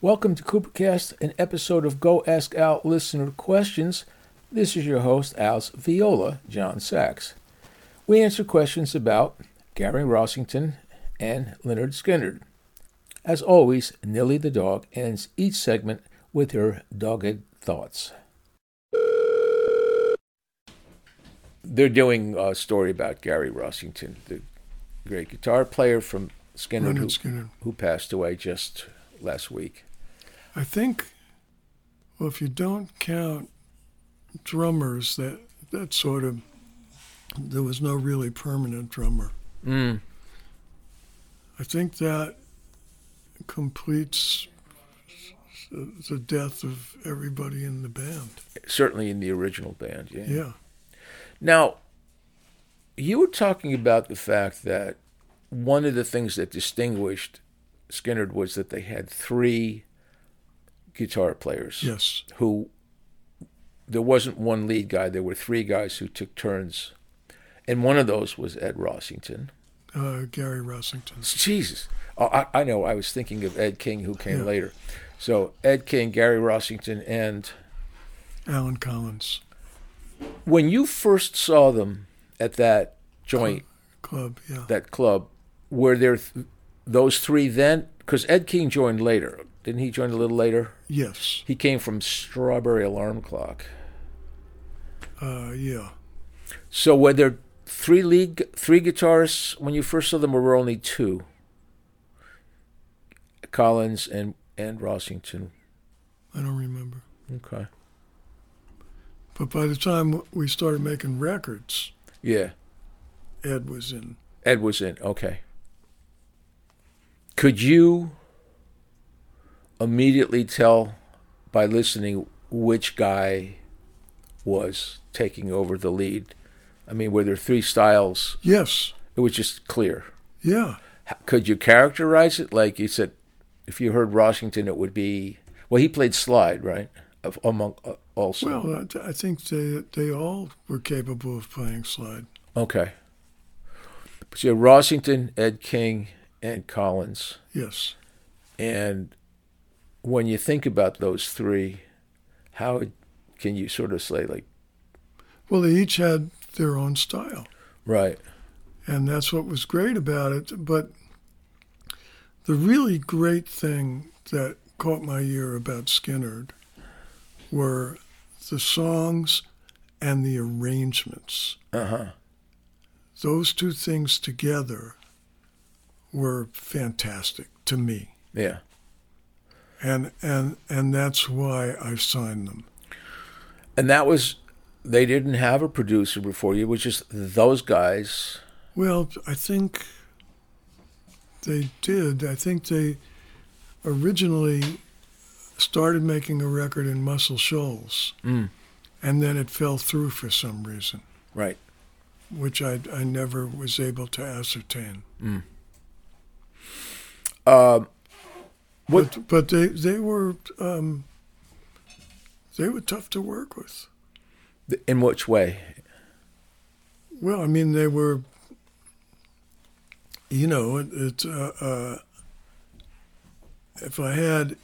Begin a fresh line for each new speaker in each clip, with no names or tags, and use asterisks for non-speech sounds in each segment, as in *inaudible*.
Welcome to Coopercast, an episode of Go Ask Al Listener Questions. This is your host, Al's Viola, John Sachs. We answer questions about Gary Rossington and Leonard Skinner. As always, Nilly the dog ends each segment with her dogged thoughts. They're doing a story about Gary Rossington, the great guitar player from Skinner, who,
Leonard Skinner.
who passed away just last week.
I think, well, if you don't count drummers, that that sort of there was no really permanent drummer.
Mm.
I think that completes the the death of everybody in the band.
Certainly in the original band, yeah.
Yeah,
Now, you were talking about the fact that one of the things that distinguished Skinner was that they had three guitar players
yes,
who there wasn't one lead guy, there were three guys who took turns. And one of those was Ed Rossington.
uh, Gary Rossington.
Jesus. Oh, I, I know. I was thinking of Ed King, who came later. So Ed King, Gary Rossington, and
Alan Collins
when you first saw them at that joint,
Club. Yeah,
that club, were there th- those three then? Because Ed King joined later, didn't he? Join a little later.
yes,
He came from Strawberry Alarm Clock.
uh, yeah.
So were there three lead, three guitarists when you first saw them, or were only two? Collins and and Rossington.
I don't remember.
Okay.
But by the time we started making records,
Yeah.
Ed was in.
Ed was in. Okay. Could you immediately tell by listening which guy was taking over the lead? I mean, were there three styles?
Yes,
It was just clear.
yeah.
H- Could you characterize it? Like you said, if you heard Rossington, it would be well. He played slide, right? Of, among uh, also.
Well, I, I think they they all were capable of playing slide.
okay. But you had Rossington, Ed King, and Collins.
Yes,
And when you think about those three, how can you sort of say like,
well, they each had their own style,
right?
and that's what was great about it. But the really great thing that caught my ear about Skinnerd were the songs and the arrangements.
Uh huh.
Those two things together were fantastic to me.
Yeah.
and and and that's why I signed them.
And that was they didn't have a producer before you. It was just those guys.
Well, I think they did. I think they originally started making a record in Muscle Shoals,
Mm.
and then it fell through for some reason,
Right.
which I I never was able to ascertain.
Mm. Um, what?
But, but they they were um, they were tough to work with.
In which way?
Well, I mean, they were, you know, it, it uh, uh, if I had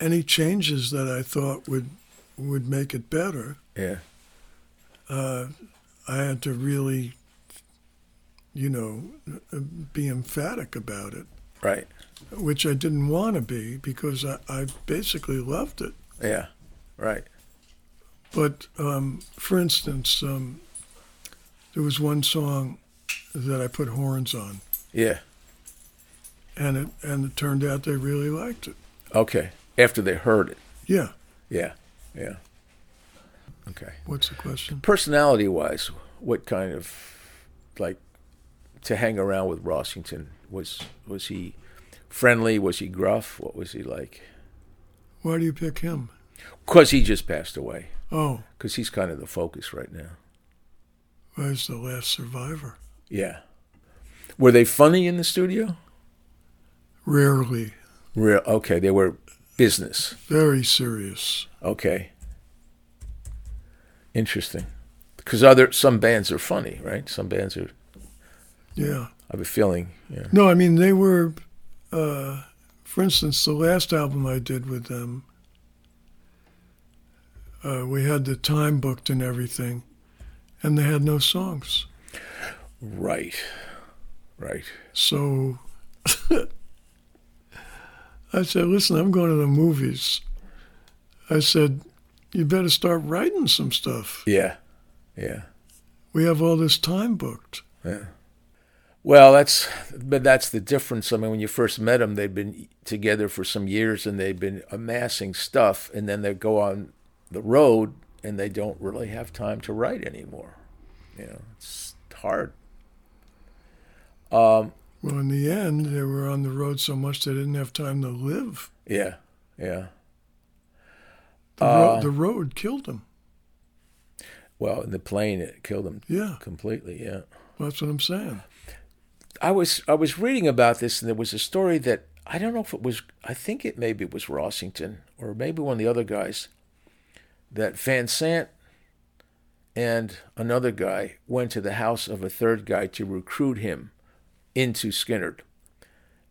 any changes that I thought would would make it better,
Yeah.
I had to really, you know, uh, be emphatic about it,
Right.
which I didn't want to be because I, I basically loved it.
Yeah. Right.
But um, for instance, um, there was one song that I put horns on.
Yeah.
and it and it turned out they really liked it.
Okay. After they heard it.
Yeah.
Yeah. Yeah. Okay.
What's the question?
Personality wise, what kind of like to hang around with Rossington was was he friendly? Was he gruff? What was he like?
Why do you pick him?
Because he just passed away.
Oh,
Because he's kind of the focus right now.
where's the last survivor?
Yeah. Were they funny in the studio?
Rarely,
Real okay. They were business.
very serious.
Okay. Interesting. Because other some bands are funny, right? Some bands are.
Yeah.
I have a feeling. Yeah.
No, I mean they were. Uh, for instance, the last album I did with them, uh, we had the time booked and everything, and they had no songs.
Right. Right.
So *laughs* I said, listen, I'm going to the movies. I said, you better start writing some stuff.
Yeah. Yeah.
We have all this time booked.
Yeah. Well, that's but that's the difference. I mean, when you first met them, they'd been together for some years and they've been amassing stuff, and then they go on the road and they don't really have time to write anymore. You know, it's hard. Um,
Well, in the end, they were on the road so much they didn't have time to live.
yeah, yeah.
The, road, the road killed them.
Well, in the plane, it killed them
Yeah,
completely. Yeah.
that's what I'm saying. *laughs*
I was I was reading about this, and there was a story that I don't know if it was. I think it maybe was Rossington or maybe one of the other guys that Van Sant and another guy went to the house of a third guy to recruit him into Skinnerd,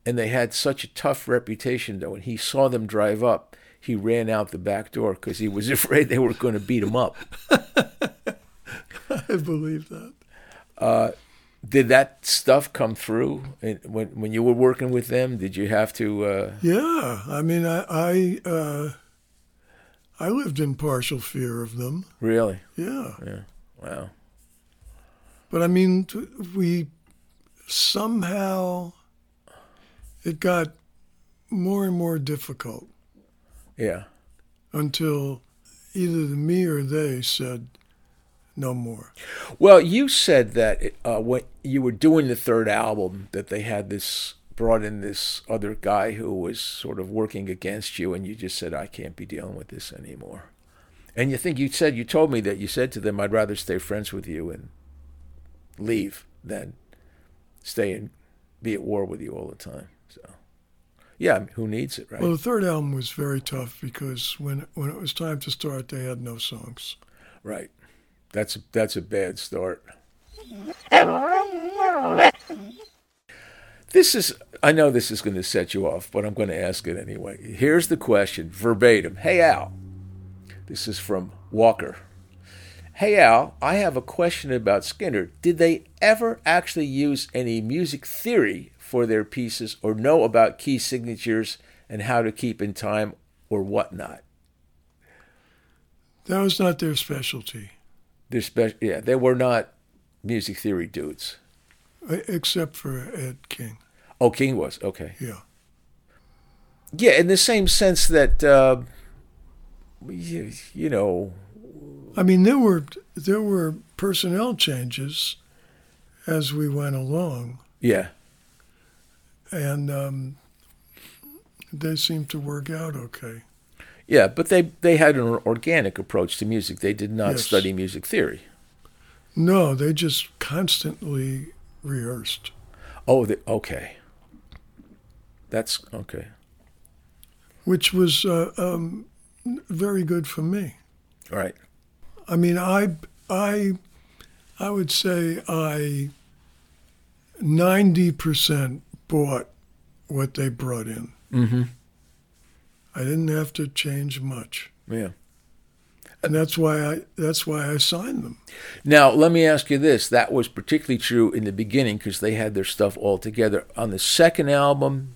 and they had such a tough reputation though. When he saw them drive up, he ran out the back door because he was *laughs* afraid they were going to beat him up.
I believe that.
Did that stuff come through? And when when you were working with them, did you have to? Uh,
Yeah, I mean, I I, uh, I lived in partial fear of them.
Really?
Yeah,
Yeah. Wow.
but I mean, t- we somehow it got more and more difficult
Yeah.
until either the me or they said no more.
Well, you said that uh, when you were doing the third album, that they had this brought in this other guy who was sort of working against you, and you just said, "I can't be dealing with this anymore." And you think you said you told me that you said to them, "I'd rather stay friends with you and leave than stay and be at war with you all the time." So, yeah, I mean, who needs it, right?
Well, the third album was very tough because when when it was time to start, they had no songs.
right. That's that's a bad start. This is, I know this is going to set you off, but I'm going to ask it anyway. Here's the question verbatim. Hey, Al. This is from Walker. Hey, Al, I have a question about Skinner. Did they ever actually use any music theory for their pieces or know about key signatures and how to keep in time or whatnot?
That was not their specialty,
They're spe- yeah, they were not music theory dudes.
e- except for Ed King.
Oh, King was. Okay.
Yeah.
Yeah, in the same sense that, uh, you, you know,
I mean, there were there were personnel changes as we went along,
yeah.
and um, they seemed to work out okay.
Yeah, but they they had an organic approach to music. They did not
Yes.
study music theory.
No, they just constantly rehearsed.
Oh, the, okay. That's okay.
which was uh, um, very good for me.
All right.
I mean, I, I, I would say I ninety percent bought what they brought in.
Mm-hmm.
I didn't have to change much,
Yeah.
and that's why I that's why I signed them.
Now, let me ask you this. That was particularly true in the beginning because they had their stuff all together. On the second album,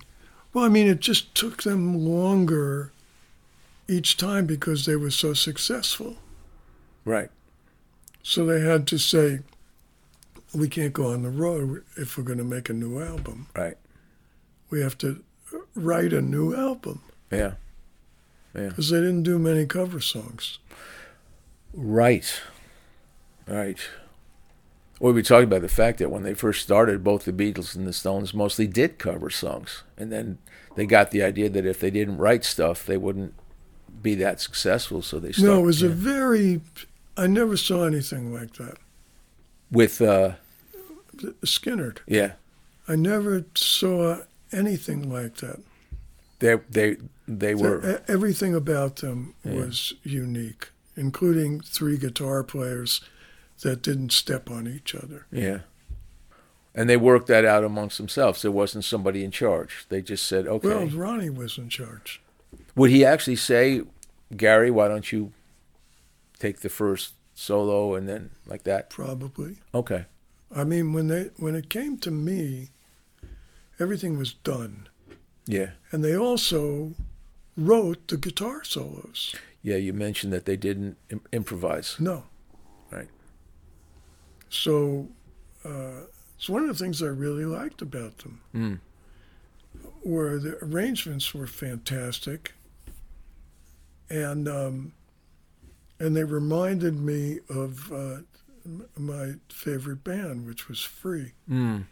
Well, I mean, it just took them longer each time because they were so successful.
right.
So they had to say, we can't go on the road if we're going to make a new album.
Right.
we have to write a new album
Yeah.
because they didn't do many cover songs.
Right. Right. We were talking about the fact that when they first started, both the Beatles and the Stones mostly did cover songs. And then they got the idea that if they didn't write stuff, they wouldn't be that successful. So they started
no, it was a
yeah.
very. I never saw anything like that.
with, uh,
Skinnerd.
yeah,
I never saw anything like that.
they they they were
E- Everything about them was unique, including three guitar players that didn't step on each other.
yeah. And they worked that out amongst themselves. There wasn't somebody in charge. They just said, okay.
Well, Ronnie was in charge.
Would he actually say, Gary, why don't you take the first solo and then like that?
Probably.
Okay.
I mean, when they when it came to me, everything was done,
Yeah.
and they also wrote the guitar solos.
Yeah, you mentioned that they didn't Im- improvise.
No,
Right.
So uh, it's one of the things I really liked about them,
Mm.
where the arrangements were fantastic, and um, and they reminded me of uh, m- my favorite band, which was Free,
Mm.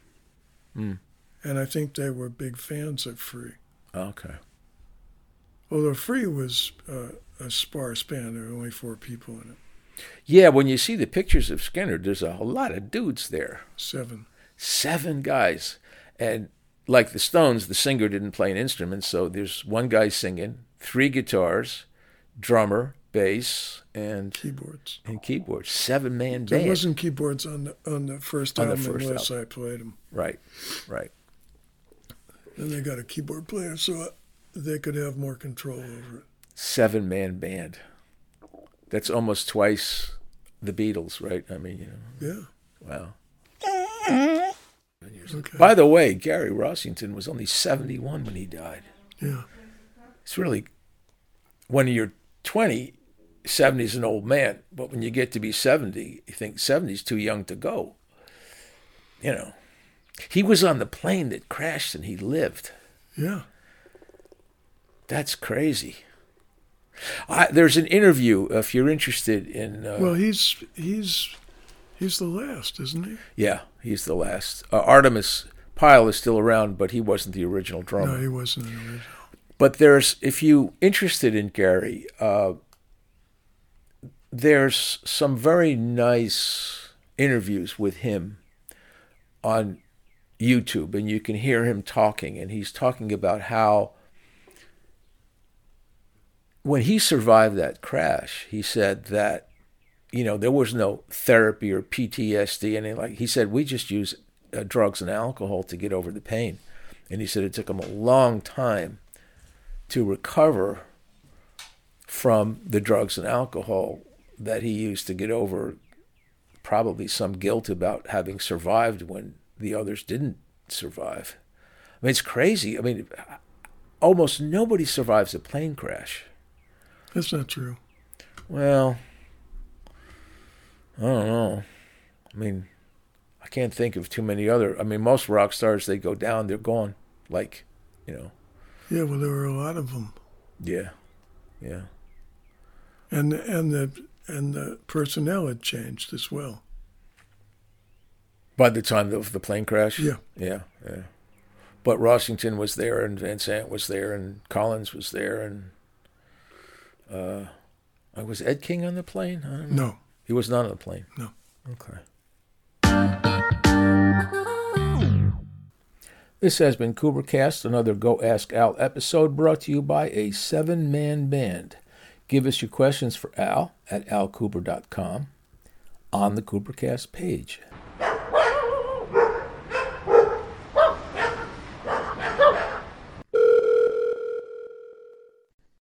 and I think they were big fans of Free.
Okay.
Although Free was uh, a sparse band, there were only four people in it,
Yeah, when you see the pictures of Skinner, there's a lot of dudes there.
seven.
Seven guys. And like the Stones, the singer didn't play an instrument, so there's one guy singing, three guitars, drummer, bass, and
Keyboards.
and keyboard. Seven man
There
band.
wasn't keyboards on the on the first
On the
album
first
unless I played them.
Right. Right.
Then they got a keyboard player so uh, they could have more control over it.
Seven man band. That's almost twice the Beatles, right? I mean, you know.
Yeah.
Wow.
Okay.
By the way, Gary Rossington was only 71 when he died.
Yeah.
It's really when you're 20, 70 is an old man, but when you get to be 70, you think 70 is too young to go. You know, he was on the plane that crashed and he lived.
Yeah.
That's crazy. I, there's an interview if you're interested in. Uh,
Well, he's he's he's the last, isn't he?
yeah, he's the last. Uh, Artemis Pyle is still around, but he wasn't the original drummer.
No, he wasn't an original.
But there's, if you interested in Gary, uh, there's some very nice interviews with him on YouTube, and you can hear him talking, and he's talking about how when he survived that crash, he said that you know there was no therapy or PTSD, and like he said, we just use uh, drugs and alcohol to get over the pain, and he said it took him a long time to recover from the drugs and alcohol that he used to get over probably some guilt about having survived when the others didn't survive. I mean, it's crazy. I mean, almost nobody survives a plane crash.
That's not true.
Well, I don't know. I mean, I can't think of too many other. I mean, most rock stars, they go down, they're gone. Like, you know,
Yeah. Well, there were a lot of them,
yeah, yeah.
and and the and the personnel had changed as well.
By the time of the plane crash?
Yeah.
Yeah, yeah. But Rossington was there and Van Sant was there and Collins was there and uh was Ed King on the plane? I don't know.
No.
He was not on the plane.
No.
Okay. This has been Cast, another Go Ask Al episode brought to you by a seven man band. Give us your questions for Al at alcooper.com on the Coopercast page.